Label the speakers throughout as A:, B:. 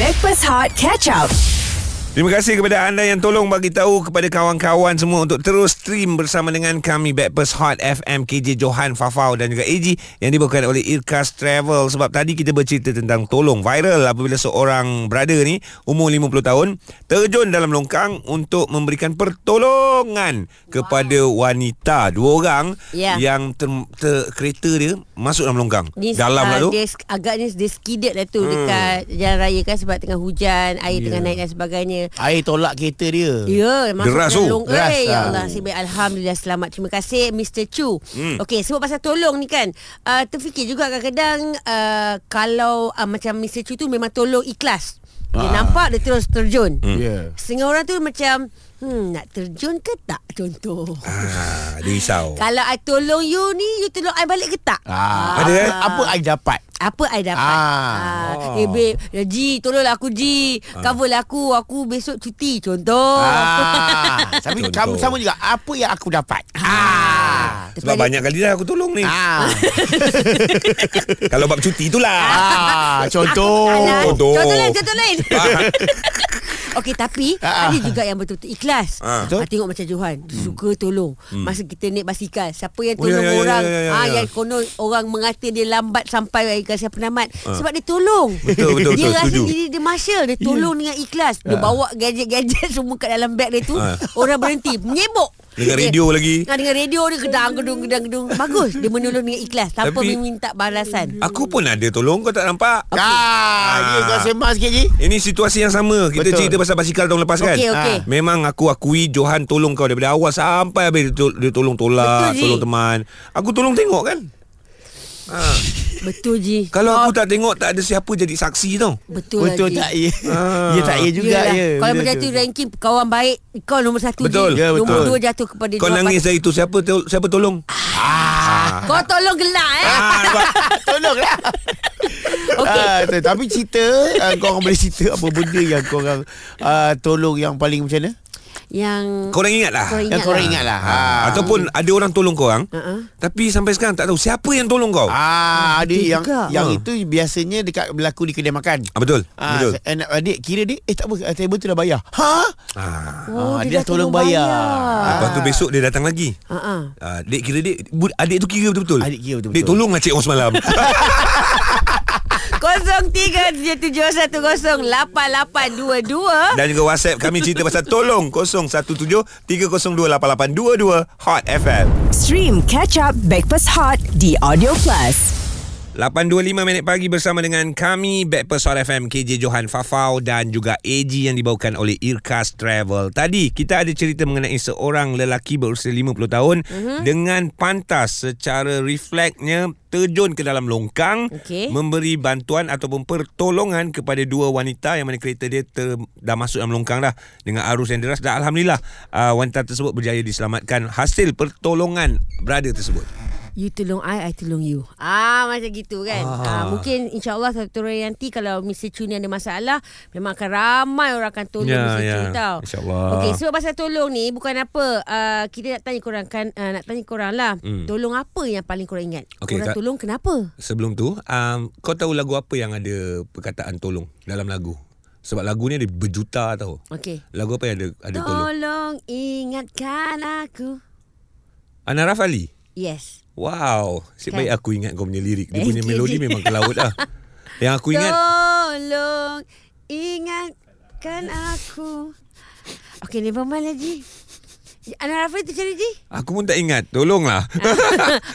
A: Backpass Hot Catch Up.
B: Terima kasih kepada anda yang tolong bagi tahu kepada kawan-kawan semua untuk terus stream bersama dengan kami Backpast Hot FM KJ Johan Fafau dan juga AG yang dibawakan oleh Irkas Travel sebab tadi kita bercerita tentang tolong viral apabila seorang brother ni umur 50 tahun terjun dalam longkang untuk memberikan pertolongan kepada wanita dua orang
C: Ya.
B: yang ter, ter, kereta dia masuk dalam longkang dalam lah
C: ah,
B: tu
C: dia, sk- Agaknya dia skidat lah tu hmm. Dekat jalan raya kan Sebab tengah hujan Air yeah. tengah naik dan sebagainya
D: Air tolak kereta dia.
C: Ya, masuk
B: Deras
C: dalam
B: tu.
C: long-
D: Deras,
C: Eh, ya
D: ah.
C: Allah, nasib baik. Alhamdulillah selamat. Terima kasih Mr. Chu. Hmm. Okey, sebab pasal tolong ni kan, uh, terfikir juga kadang-kadang uh, kalau uh, macam Mr. Chu tu memang tolong ikhlas. Dia
D: Ah.
C: nampak dia terus terjun. Hmm.
D: Ya.
C: Setengah orang tu macam Hmm, nak terjun ke tak contoh
B: ah, dia risau
C: Kalau I tolong you ni You tolong I balik ke tak
D: Ah,
B: Ada,
D: ada
B: eh?
D: apa I dapat?
C: apa I dapat ah.
D: Ah.
B: Oh.
C: ah. Eh babe ya, G tolonglah aku G
B: Ah.
C: Cover lah aku Aku besok cuti Contoh
D: Ah, tapi
B: Contoh.
D: kamu sama juga. Apa yang aku dapat? Ah.
B: sebab banyak kali dah aku tolong ni
D: Ah.
B: kalau bab cuti itulah
D: ah, contoh.
C: Alah,
B: Contoh.
C: Contoh lain Contoh lain
B: Ah.
C: Okey tapi
D: Ah.
C: Ada juga yang betul-betul ikhlas
B: Ah. Hmm.
C: ah.
D: Betul.
C: Tengok macam Johan Dia suka tolong Masa kita naik basikal Siapa yang
B: Oh, ya,
C: tolong
B: ya, ya,
C: orang
B: ya, ya, ya,
C: ah,
B: ya.
C: Yang konon orang mengata dia lambat Sampai ke siapa penamat Sebab dia tolong
B: Ah. Betul, betul,
C: Dia
B: betul,
C: rasa
B: setuju. Ya. Ah.
C: diri dia marshal Dia tolong dengan ikhlas Dia bawa gadget-gadget semua kat dalam beg dia tu Orang berhenti Menyebok
B: Dengan
C: Dia-
B: radio lagi.
C: Ah, Dengan radio dia gedang gedung gedang gedung Bagus Dia menolong dengan ikhlas Tanpa
B: Tapi-
C: meminta balasan
B: Aku pun ada tolong kau tak nampak.
D: Ah, ya kau sembah sikit je.
B: Ini situasi yang sama. Kita Betul.
D: Betul.
B: cerita pasal basikal tahun lepas kan?
C: Okey, okey.
B: Ha. Memang aku akui Johan tolong kau daripada awal sampai habis dia, tol- dia tolong tolak,
C: Betul, Ji.
B: tolong teman. Aku tolong tengok kan?
C: Betul Ji
B: Kalau aku tak tengok tak ada siapa jadi saksi tau.
C: Betul,
D: Betul
C: Ji.
D: tak ya?
B: Ah.
D: Ya tak ya juga
C: Yelah,
D: ya.
C: Kalau
D: Betul
C: macam tu ranking kawan baik kau nombor satu
B: Betul.
C: je.
D: Ya,
C: Nombor
D: betul.
C: dua jatuh kepada
B: Kau
C: Johan
B: nangis dari itu siapa tol- siapa tolong?
C: Pat- Kau tolong gelak eh.
B: Ah, nampak?
D: Tolonglah.
C: Okey.
D: Ah, tu- tapi cerita uh, kau orang boleh cerita apa benda yang kau orang uh, tolong yang paling macam mana?
C: Yang
B: korang ingat lah.
C: Korang
D: Yang
C: Ingat
D: kau orang
C: lah.
D: ingat lah.
B: Ha. Ataupun ada orang tolong korang
C: Uh-uh.
B: Tapi sampai sekarang tak tahu Siapa yang tolong kau ah,
D: Ah, ada
C: betul
D: yang
C: juga.
D: yang
B: Ha.
D: itu biasanya dekat berlaku di kedai makan.
B: Betul ah,
D: Ah,
B: Betul
D: se- anak adik kira dia eh tak apa ah, table tu dah bayar. Ha?
B: ah.
C: Oh,
D: Ah, dia dah tolong bayar.
C: bayar.
B: Lepas tu
D: Ah.
B: besok dia datang lagi
C: Ha ah.
B: Ah, dek kira dek bu- Adik tu kira betul-betul
D: Adik kira betul-betul.
B: Dek tolonglah cik orang semalam
C: 0377108822
B: Dan juga whatsapp kami cerita pasal tolong 017-302-8822 Hot FM
A: Stream Catch Up Backpass Hot di Audio Plus.
B: 8.25 minit pagi bersama dengan kami Backpast Hot FM KJ Johan Fafau Dan juga AG yang dibawakan oleh Irkas Travel Tadi kita ada cerita mengenai seorang lelaki berusia 50 tahun mm-hmm. Dengan pantas secara refleksnya terjun ke dalam longkang
C: Okey.
B: Memberi bantuan ataupun pertolongan kepada dua wanita Yang mana kereta dia ter, dah masuk dalam longkang dah Dengan arus yang deras Dan Alhamdulillah uh, wanita tersebut berjaya diselamatkan Hasil pertolongan berada tersebut
C: You tolong I I tolong you Ah macam gitu kan ah. Ah, Mungkin insyaAllah Satu hari nanti Kalau Mr. Chu ni ada masalah Memang akan ramai Orang akan tolong
B: Ya,
C: Mr.
B: ya.
C: Chu tau
B: InsyaAllah.
C: Okay sebab pasal tolong ni Bukan apa uh, Kita nak tanya korang kan uh, Nak tanya korang lah
B: Hmm.
C: Tolong apa yang paling korang ingat
B: Okey,
C: Korang
B: Kak.
C: tolong kenapa
B: Sebelum tu um, Kau tahu lagu apa yang ada Perkataan tolong Dalam lagu Sebab lagu ni ada berjuta tau
C: Okay
B: Lagu apa yang ada ada tolong
C: Tolong ingatkan aku
B: Ana Rafali
C: Yes
B: Wow Asyik
C: Kan?
B: baik aku ingat kau punya lirik Dia
C: Thank
B: punya
C: you,
B: melodi
C: Ji.
B: memang ke laut lah Yang aku ingat
C: Tolong ingatkan aku Okay never mind lah Ji Anak Rafi tu macam mana Ji?
B: Aku pun tak ingat Tolonglah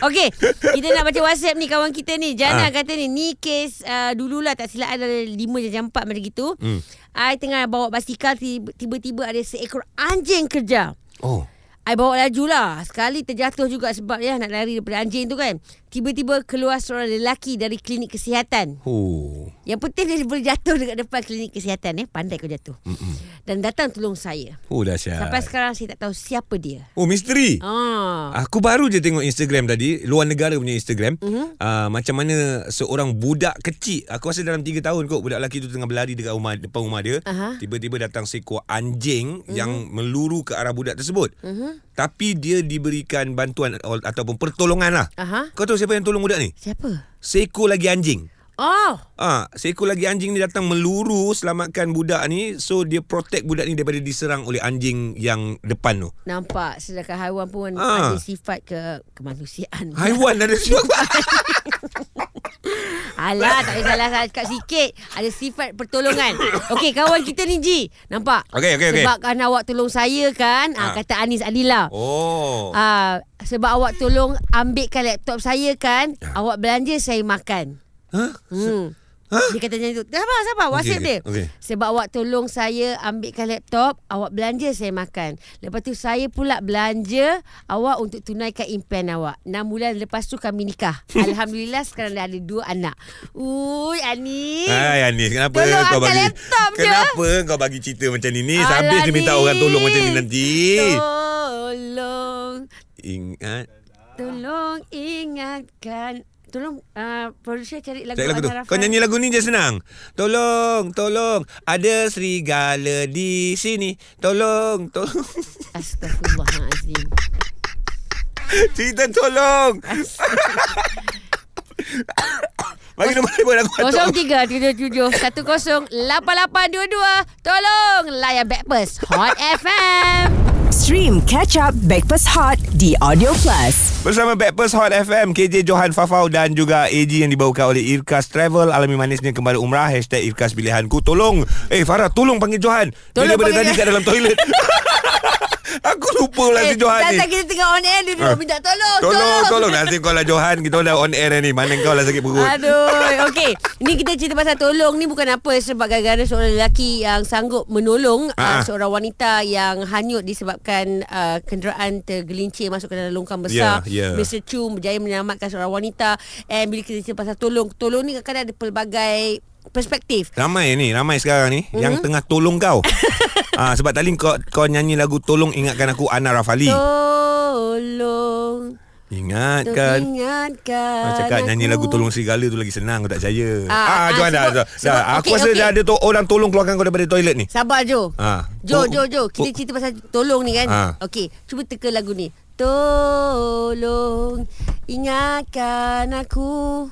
C: Okey, kita nak baca WhatsApp ni kawan kita ni. Jana
B: Ah.
C: ha. kata ni, ni kes uh, dululah tak silap ada 5 jam 4 macam gitu.
B: Hmm.
C: Hmm. I tengah bawa basikal tiba- tiba-tiba ada seekor anjing kerja.
B: Oh
C: I bawa laju lah. Sekali terjatuh juga sebab ya nak lari daripada anjing tu kan. Tiba-tiba keluar seorang lelaki dari klinik kesihatan.
B: Oh
C: Yang penting dia boleh jatuh dekat depan klinik kesihatan eh. Pandai kau jatuh. Mm-mm. Ah. Dan datang tolong saya.
B: Oh dahsyat
C: Sampai sekarang saya tak tahu siapa dia.
B: Oh misteri
C: Ah.
B: Aku baru je tengok Instagram tadi Luar negara punya Instagram
C: Mhm.
B: mm-hmm. uh, Macam mana Seorang budak kecil Aku rasa dalam 3 tahun kot Budak lelaki tu tengah berlari Dekat rumah, depan rumah dia
C: Aha. Mhm.
B: Tiba-tiba datang seekor anjing mm-hmm. Yang meluru ke arah budak tersebut mm-hmm. Tapi dia diberikan bantuan atau- Ataupun pertolongan lah
C: Aha.
B: Kau tahu siapa yang tolong budak ni?
C: Siapa?
B: Seekor lagi anjing
C: Oh.
B: Ah, seekor lagi anjing ni datang meluru selamatkan budak ni. So dia protect budak ni daripada diserang oleh anjing yang depan tu.
C: Nampak sedangkan haiwan pun
B: Ah.
C: ha. ada sifat ke kemanusiaan.
B: Haiwan ada
C: Ah.
B: sebab
C: Alah, tak payah salah cakap sikit. Ada sifat pertolongan. Okey, kawan kita ni Ji. Nampak?
B: Okey, okey, okey.
C: Sebab kan awak tolong saya kan,
B: Ah.
C: ha. kata Anis Adila.
B: Oh.
C: Ah, sebab awak tolong ambilkan laptop saya kan,
B: Ya.
C: awak belanja saya makan.
B: Ha?
C: Hmm.
B: Ha?
C: Dia kata macam tu. Sabar, sabar. WhatsApp
B: okey,
C: okay, dia.
B: okey.
C: Sebab awak tolong saya ambilkan laptop, awak belanja saya makan. Lepas tu saya pula belanja awak untuk tunaikan impian awak. 6 bulan lepas tu kami nikah. Alhamdulillah sekarang dah ada dua anak. Ui, Ani.
B: Hai Anis, Ah, kenapa kau
C: Tolong angkat
B: bagi
C: Eh, laptop je.
B: Kenapa kau bagi cerita macam ni? Ni
C: Alah,
B: habis dia minta
C: Anis.
B: orang tolong macam ni nanti.
C: Tolong.
B: Ingat.
C: Tolong ingatkan. Tolong uh, producer cari lagu
B: Cari lagu tu.
C: Azhar Afan.
B: Kau nyanyi lagu ni je senang. Tolong, tolong. Ada serigala di sini. Tolong, tolong.
C: Astagfirullahalazim.
B: Cerita tolong. Bagi nombor telefon aku. Atok.
C: 0377108822 Tolong layan breakfast Hot FM
A: Stream Catch Up Breakfast Hot di Audio Plus.
B: Bersama Backpers Hot FM KJ Johan Fafau Dan juga AG yang dibawakan oleh Irkas Travel Alami manisnya kembali umrah Hashtag Irkas Pilihanku Tolong Eh Farah tolong panggil Johan Dia
C: Tolong
B: daripada
C: panggil
B: tadi
C: Eh, dia.
B: kat dalam toilet Aku lupa pula si Johan ni
C: Datang kita tengah on air Dia
B: Ah.
C: duduk minta tolong
B: Tolong tolong Nanti kau lah Johan Kita dah on air dah ni Mana kau lah sakit perut
C: Aduh, okey. Ni kita cerita pasal tolong ni bukan apa sebab gara-gara seorang lelaki yang sanggup menolong
B: Ah.
C: uh, seorang wanita yang hanyut disebabkan uh, kenderaan tergelincir masuk ke dalam longkang besar.
B: Ya, ya.
C: Mr. Chu berjaya menyelamatkan seorang wanita. And bila kita cerita pasal tolong, tolong ni kadang-kadang ada pelbagai perspektif.
B: Ramai ni Ramai sekarang ni
C: Hmm.
B: mm-hmm. Yang tengah tolong kau ah, Sebab tadi kau, kau nyanyi lagu Tolong ingatkan aku Ana Rafali
C: Tolong.
B: Ingatkan
C: Untuk ingatkan
B: Ah, cakap nyanyi
C: aku.
B: lagu Tolong Serigala tu lagi senang Aku tak percaya Ah,
C: Ah,
B: ah,
C: ah,
B: Johan dah, dah,
C: sebab-
B: dah.
C: sebab-
B: Aku
C: okey,
B: rasa
C: okey.
B: dah ada to- orang tolong keluarkan kau daripada toilet ni
C: Sabar Jo.
B: Ah. Oh,
C: Jo, Jo, Jo. Kita
B: oh.
C: cerita pasal tolong ni kan.
B: Ah.
C: Okey, cuba teka lagu ni. Tolong ingatkan aku.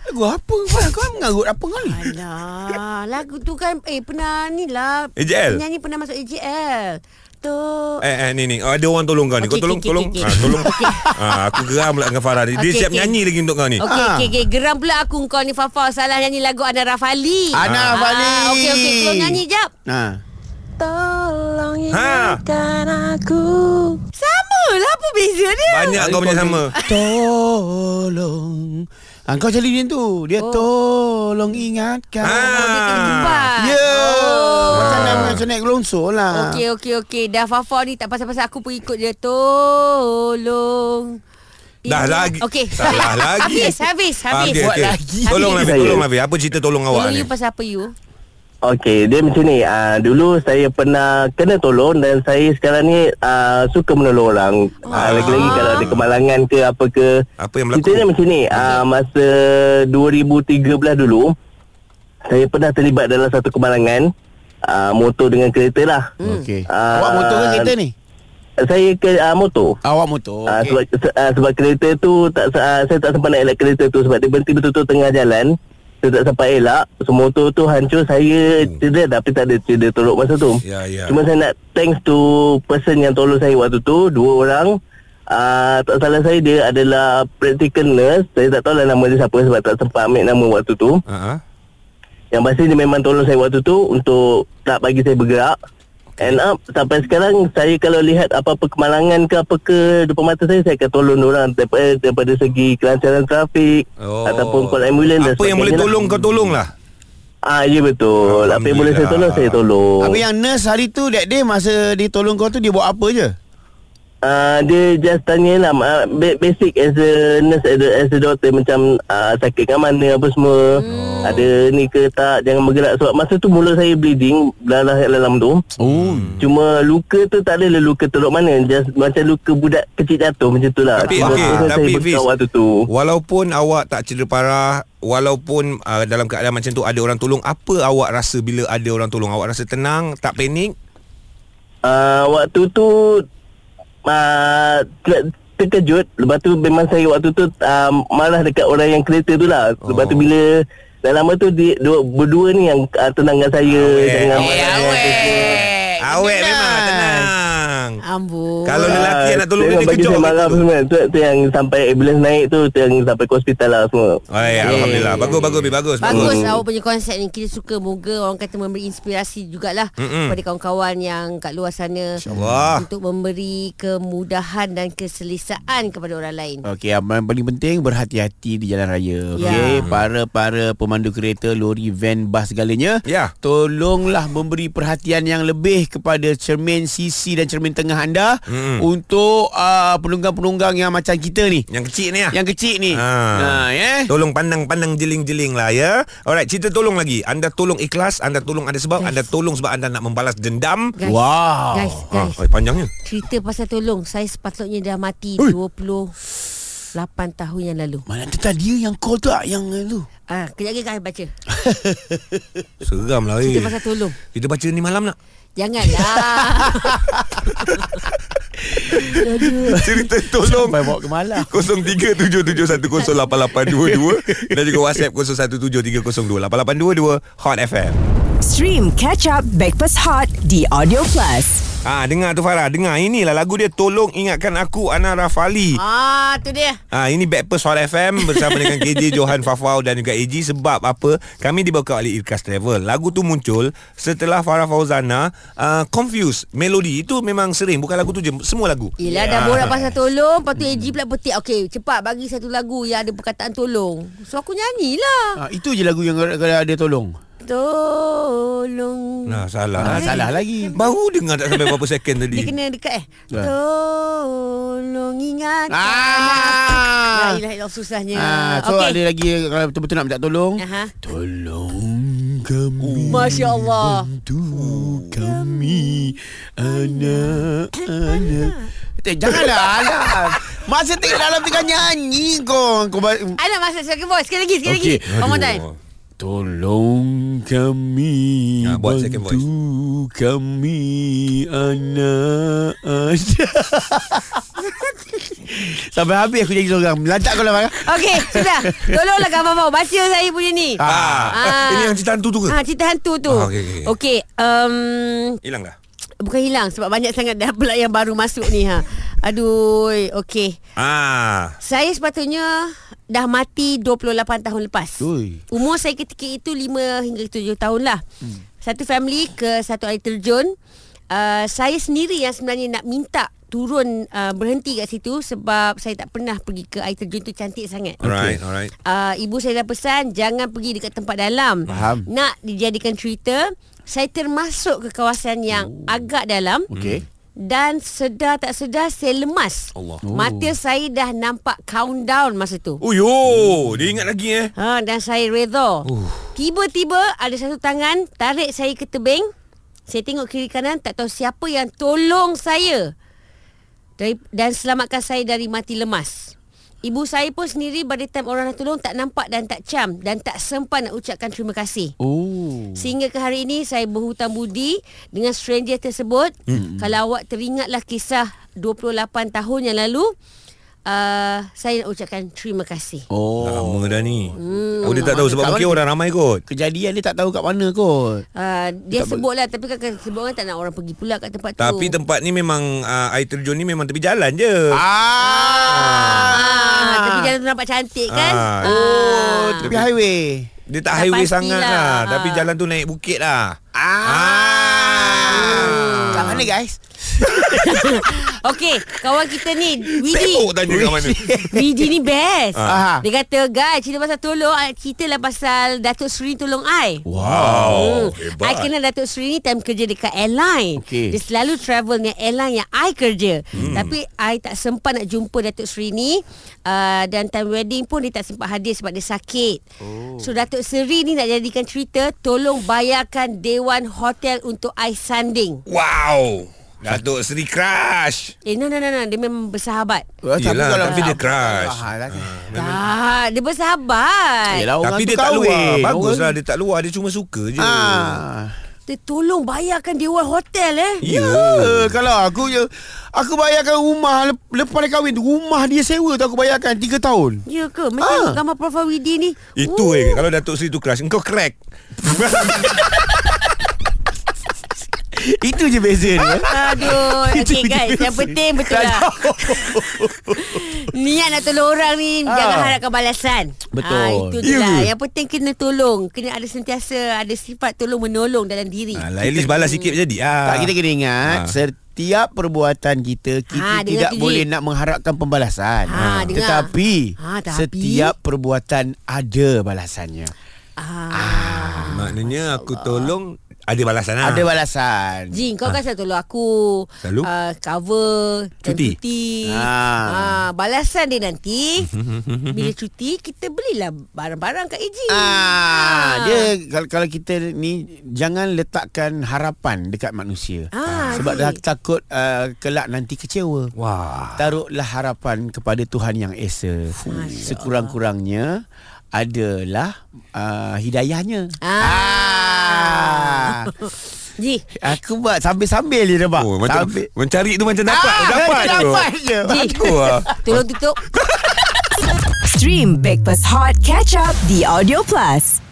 D: Lagu apa Fah? Kau mengarut apa kau ni
C: Alah, lagu tu kan eh pernah ni lah.
B: AJL.
C: Penyanyi pernah masuk AJL. To
B: Eh, eh ni ni oh, Ada orang tolong kau ni Kau
C: Okey,
B: tolong
C: okey,
B: tolong
C: okey,
B: ah,
C: okey.
B: Tolong
C: Okey.
B: ah, Aku geram pula dengan Farah ni Dia
C: Okey,
B: siap
C: okey.
B: nyanyi lagi untuk kau ni
C: Okey,
D: Ah.
C: okey, okey. Geram pula aku kau ni Fafa salah nyanyi lagu Ana Rafali.
D: Ana
C: Ah,
D: Rafali.
C: Okey, okey. Kau nyanyi jap.
D: Ha.
C: Tolong
B: Ha.
C: ingatkan aku. Sama lah apa beza dia?
B: Banyak kau punya sama
D: Tolong ha, Kau cari dia tu Dia oh. tolong ingatkan
B: Ah.
C: Dia kena bubar.
D: Ya yeah.
B: Ha.
C: Oh.
D: Macam nak macam naik gelonsor lah
C: Okey okey okey dah Fafa ni tak pasal-pasal aku pun ikut dia tolong.
B: Dah
C: Ini-
B: lagi
C: Okey.
B: Salah lagi Ah,
C: Habis habis habis.
B: Okey,
C: Buat
B: okey.
C: lah.
B: Tolong Nabi
E: Saya.
B: Tolong Nabi Apa cerita tolong awak
C: Tolong
B: ni
C: you pasal apa you?
E: Okey, dia macam ni. Uh, dulu saya pernah kena tolong dan saya sekarang ni uh, suka menolong orang. Ah, Lagi-lagi kalau ada kemalangan ke apa ke.
B: Apa yang berlaku?
E: Ceritanya macam ni. Uh, masa 2013 dulu, saya pernah terlibat dalam satu kemalangan. Uh, motor dengan kereta lah.
B: Hmm.
D: Okey.
E: Ah.
D: Awak motor ke kereta ni?
E: Saya ke uh, motor.
D: Awak motor.
E: Ah, sebab se- ah, sebab kereta tu tak se- ah, saya tak sempat nak elak kereta tu sebab dia berhenti betul-betul tengah jalan. Saya tak sempat elak. So motor tu hancur saya cedera tapi tak ada cedera tolok masa tu.
B: Hmm. Ya, ya.
E: Cuma saya nak thanks to person yang tolong saya waktu tu dua orang. Ah tak salah saya dia adalah practical nurse. Saya tak tahu lah nama dia siapa sebab tak sempat ambil nama waktu tu.
B: Ah, ah.
E: Yang pasti dia memang tolong saya waktu tu untuk tak bagi saya bergerak. And up sampai sekarang saya kalau lihat apa-apa kemalangan ke apa ke depan mata saya saya akan tolong orang daripada, daripada segi kelancaran trafik
B: Oh.
E: ataupun call ambulance dan
B: Apa yang boleh
E: sebagainya
B: tolong
E: lah.
B: kau tolong lah
E: Ah ya betul. Apa yang boleh saya tolong saya tolong.
D: Habis yang nurse hari tu That day masa dia tolong kau tu Dia buat apa je?
E: Ah, dia just tanya lah ah, ba- basic as a nurse as a, as a doctor macam ah, sakit kat mana apa semua ada ni ke tak jangan bergerak sebab masa tu mula saya bleeding darah kat dalam tu
D: Oh
E: cuma luka tu tak ada lah luka teruk mana just macam luka budak kecil jatuh macam tu lah
B: Tapi
E: Cuma
B: okey,
E: tu saya
B: tapi
E: bergerak
B: Fiz,
E: waktu tu
B: Walaupun awak tak cedera parah, walaupun uh, dalam keadaan macam tu ada orang tolong, apa awak rasa bila ada orang tolong? Awak rasa tenang, tak panik?
E: Ah, waktu tu ah, ter- terkejut Lepas tu memang saya waktu tu um, Marah dekat orang yang kereta tu lah Lepas tu
B: Oh.
E: bila Dah lama tu dia, dua, Berdua ni yang uh, tenang dengan saya
B: Awek,
E: Jangan
B: awek,
E: marah dengan kereta.
B: Awet Eh, memang tenang.
C: Amboi.
B: Kalau lelaki yang nak tolong dia, dia
E: Ah, memang bagi
B: kejut
E: saya marah
B: gitu.
E: semua tu, tu yang sampai ambulans naik tu Tu yang sampai ke hospital lah semua
B: Ay, Alhamdulillah. Bagus, bagus, Bi. Bagus.
C: Bagus
E: Hmm.
C: awak punya konsep ni Kita suka moga orang kata memberi inspirasi jugalah
B: Mm-mm.
C: Mm-mm. Kepada kawan-kawan yang kat luar sana
D: Ah.
B: InsyaAllah.
C: Untuk memberi kemudahan dan keselesaan kepada orang lain
D: Okey, yang paling penting berhati-hati di jalan raya. Okey,
C: Ya.
D: para-para pemandu kereta, lori, van, bas segalanya.
B: Ya.
D: Tolonglah memberi perhatian yang lebih kepada cermin sisi dan cermin tengah anda
B: Hmm.
D: untuk uh, penunggang-penunggang yang macam kita ni.
B: Yang kecil ni lah.
D: Yang kecil ni.
B: Ha.
D: Ha, eh.
B: Tolong pandang-pandang jeling-jeling lah ya. Alright, cerita tolong lagi. Anda tolong ikhlas, anda tolong ada sebab, anda tolong sebab anda nak membalas dendam.
C: Guys,
D: Wow. Ah.
C: guys,
B: Ha,
C: guys
B: eh, panjangnya.
C: Cerita pasal tolong Saya sepatutnya dah mati
D: Ui.
C: 28 tahun yang lalu
D: Mana tu tadi yang call tu tak? yang tu.
C: Ah, Kejap lagi saya baca
B: Seram lah.
C: Cerita
B: Eh.
C: pasal tolong Ah,
B: Kita baca ni malam nak.
C: Janganlah
B: Cerita tolong.
D: Sampai bawa ke malam.
B: 0377108822 dan juga WhatsApp 0173028822 Hot FM.
A: Stream Catch Up Backpass Hot di Audio Plus.
B: Ah dengar tu Farah, dengar inilah lagu dia tolong ingatkan aku Ana Rafali.
C: Ah, tu dia
B: Ah ini Backpast Hot FM bersama dengan KJ Johan Fafau dan juga AG sebab apa? Kami dibawa oleh Irkas Travel. Lagu tu muncul setelah Farah Fauzana uh, confused melodi itu memang sering bukan lagu tu je semua lagu.
C: Yelah
D: Ya.
C: dah borak pasal tolong Lepas tu AG pula petik Okey cepat bagi satu lagu Yang ada perkataan tolong So aku nyanyilah
D: Ha, itu je lagu yang ada tolong.
C: Tolong
B: Nah, salah.
D: Ha, salah lagi.
B: Baru dengar tak sampai berapa second tadi.
C: Dia kena dekat eh
D: Dah.
C: Tolong ingatkan
D: Ya. Ah.
C: aku. Ya Ya. ilah susahnya
B: Ah,
D: Ha, so okay. ada lagi kalau betul-betul nak minta tolong.
C: Aha.
D: Tolong kami
C: Masya Allah.
D: Bantu kami Anak-anak Eh, janganlah anak Masa tengah dalam tengah nyanyi kau Kau ba-
C: Anak masuk second voice Sekali lagi Sekali
D: Okey.
C: lagi One more time
B: Oh.
D: Tolong kami
B: Ya,
D: ya,
B: buat second
D: Bantu kami Anak-anak Sampai habis aku jadi seorang Melantak kau lah Farah
B: Hmm.
C: Okey sudah Tolonglah kawan Fafau Baca saya punya ni
B: Ah,
C: Ah.
B: ini yang cerita hantu tu ke?
C: Ah, cerita hantu tu
B: Ah, okey, okey.
C: Okey um,
B: Hilang dah.
C: Bukan hilang sebab banyak sangat dah pula yang baru masuk ni ha. Aduh, okey.
B: Ah.
C: Saya sepatutnya dah mati 28 tahun lepas.
D: Ui.
C: Umur saya ketika itu 5 hingga 7 tahun lah. Hmm. Satu family ke satu air terjun. Uh, saya sendiri yang sebenarnya nak minta turun uh, berhenti kat situ sebab saya tak pernah pergi ke air terjun tu cantik sangat.
B: Alright, alright.
C: Uh, ibu saya dah pesan jangan pergi dekat tempat dalam.
D: Faham.
C: Nak dijadikan cerita, saya termasuk ke kawasan yang agak dalam.
D: Oh. Okey.
C: Dan sedar tak sedar saya lemas.
B: Allah.
C: Mata saya dah nampak countdown masa tu.
B: Uyo, dia ingat lagi eh.
C: Ha, dan saya redha. Uh. Tiba-tiba ada satu tangan tarik saya ke tebing. Saya tengok kiri kanan tak tahu siapa yang tolong saya. Dari, dan selamatkan saya dari mati lemas. Ibu saya pun sendiri pada time orang nak tolong tak nampak dan tak cam dan tak sempat nak ucapkan terima kasih.
D: Oh
C: Sehingga ke hari ini saya berhutang budi dengan stranger tersebut. Hmm. Kalau awak teringatlah kisah 28 tahun yang lalu, uh, saya nak ucapkan terima kasih.
D: Oh
B: Lama dah ni. Oh, dia tak tahu sebab
D: Kat
B: mungkin
D: mana?
B: orang ramai kot.
D: Kejadian dia tak tahu kat mana kot
C: Uh, dia
D: Tak
C: sebut lah Tapi kan kan sebut orang tak nak orang pergi pula kat tempat tu
B: Tapi tempat ni memang uh, air terjun ni memang tepi jalan je.
C: ah, Tapi
D: Ah.
C: jalan tu nampak cantik kan
B: Ah.
D: Oh, tepi highway.
B: Dia tak highway
C: pastilah.
B: sangat lah.
C: Ah.
B: Tapi jalan tu naik bukit lah.
D: Ah. Kat mana guys?
C: Okey Kawan kita ni Widi
B: Sibuk tanya kat mana.
C: Widi ni best
D: Ah.
C: Dia kata Guys cerita pasal tolong ah, Cerita lah pasal Datuk Seri tolong I
B: Wow.
C: Hmm. I kenal Datuk Seri ni time kerja dekat airline.
D: Okey.
C: Dia selalu travel dengan airline yang I kerja. Hmm. Tapi I tak sempat nak jumpa Datuk Seri ni uh, dan time wedding pun dia tak sempat hadir sebab dia sakit. Oh. So Datuk Seri ni nak jadikan cerita tolong bayarkan dewan hotel untuk I sanding.
B: Wow. Datuk Seri Crush.
C: Eh no no no no dia memang bersahabat.
B: Yelah, tapi dia crush.
D: Ah, lah.
C: Ah, dia bersahabat.
D: Yelah, orang
B: Tapi
D: tu
B: dia tak
D: kahwin.
B: luar. Baguslah
D: Orang-
B: dia tak luar. Dia cuma suka je.
D: Ah.
C: Dia tolong bayarkan dewan hotel eh.
D: Ya, kalau aku je aku bayarkan rumah lep- lepas dia kahwin tu rumah dia sewa tu aku bayarkan 3 tahun.
C: Ya ke? Macam
D: Ah.
C: gambar profil Widi ni.
B: Itu
C: Ooh.
B: eh Kalau Datuk Seri tu keras Engkau crack
D: Itu je beza dia.
C: Aduh
D: Itu
C: Okay
D: je
C: guys Yang
D: beza.
C: penting betul
D: Tak
C: lah Niat nak tolong orang ni
D: Ah.
C: Jangan harapkan balasan
D: Betul.
C: Ah, Itu je
D: Ya
C: lah
D: ke?
C: Yang penting kena tolong Kena ada sentiasa Ada sifat tolong menolong dalam diri
B: Alah, At least balas sikit jadi
D: Tak
B: ah.
D: kita kena ingat
B: Ah.
D: setiap perbuatan kita kita
C: Ah, dengar
D: tidak
C: tu,
D: boleh
C: Ji.
D: nak mengharapkan pembalasan.
C: Ah, dengar.
D: Tetapi,
C: Ah, tapi-
D: setiap perbuatan ada balasannya.
C: ah.
B: Maknanya aku tolong Ada balasan lah
D: Ada balasan.
C: Jin kau
D: Ah.
C: kan selalu tolong aku
B: Selalu?
C: uh, Cover time
B: Cuti.
C: cuti.
D: Ah.
C: Ah, Balasan dia nanti Bila cuti Kita belilah barang-barang kat Ejin
D: Ah, dia kalau, kalau kita ni jangan letakkan harapan dekat manusia.
C: Ah,
D: Sebab
C: Ji.
D: dah takut uh, kelak nanti kecewa.
B: Wah
D: Taruhlah harapan kepada Tuhan yang Esa. Sekurang-kurangnya adalah uh, hidayahnya.
C: Ah.
D: Ah.
C: Ji
D: Aku buat sambil-sambil je nampak.
B: Oh, macam
D: sambil.
B: mencari tu macam dapat, ah, dapat,
D: dapat
B: tu.
D: je.
C: Ji
B: Aduh, ah.
C: Tolong tutup
A: Stream Breakfast Hot Catch Up The Audio Plus.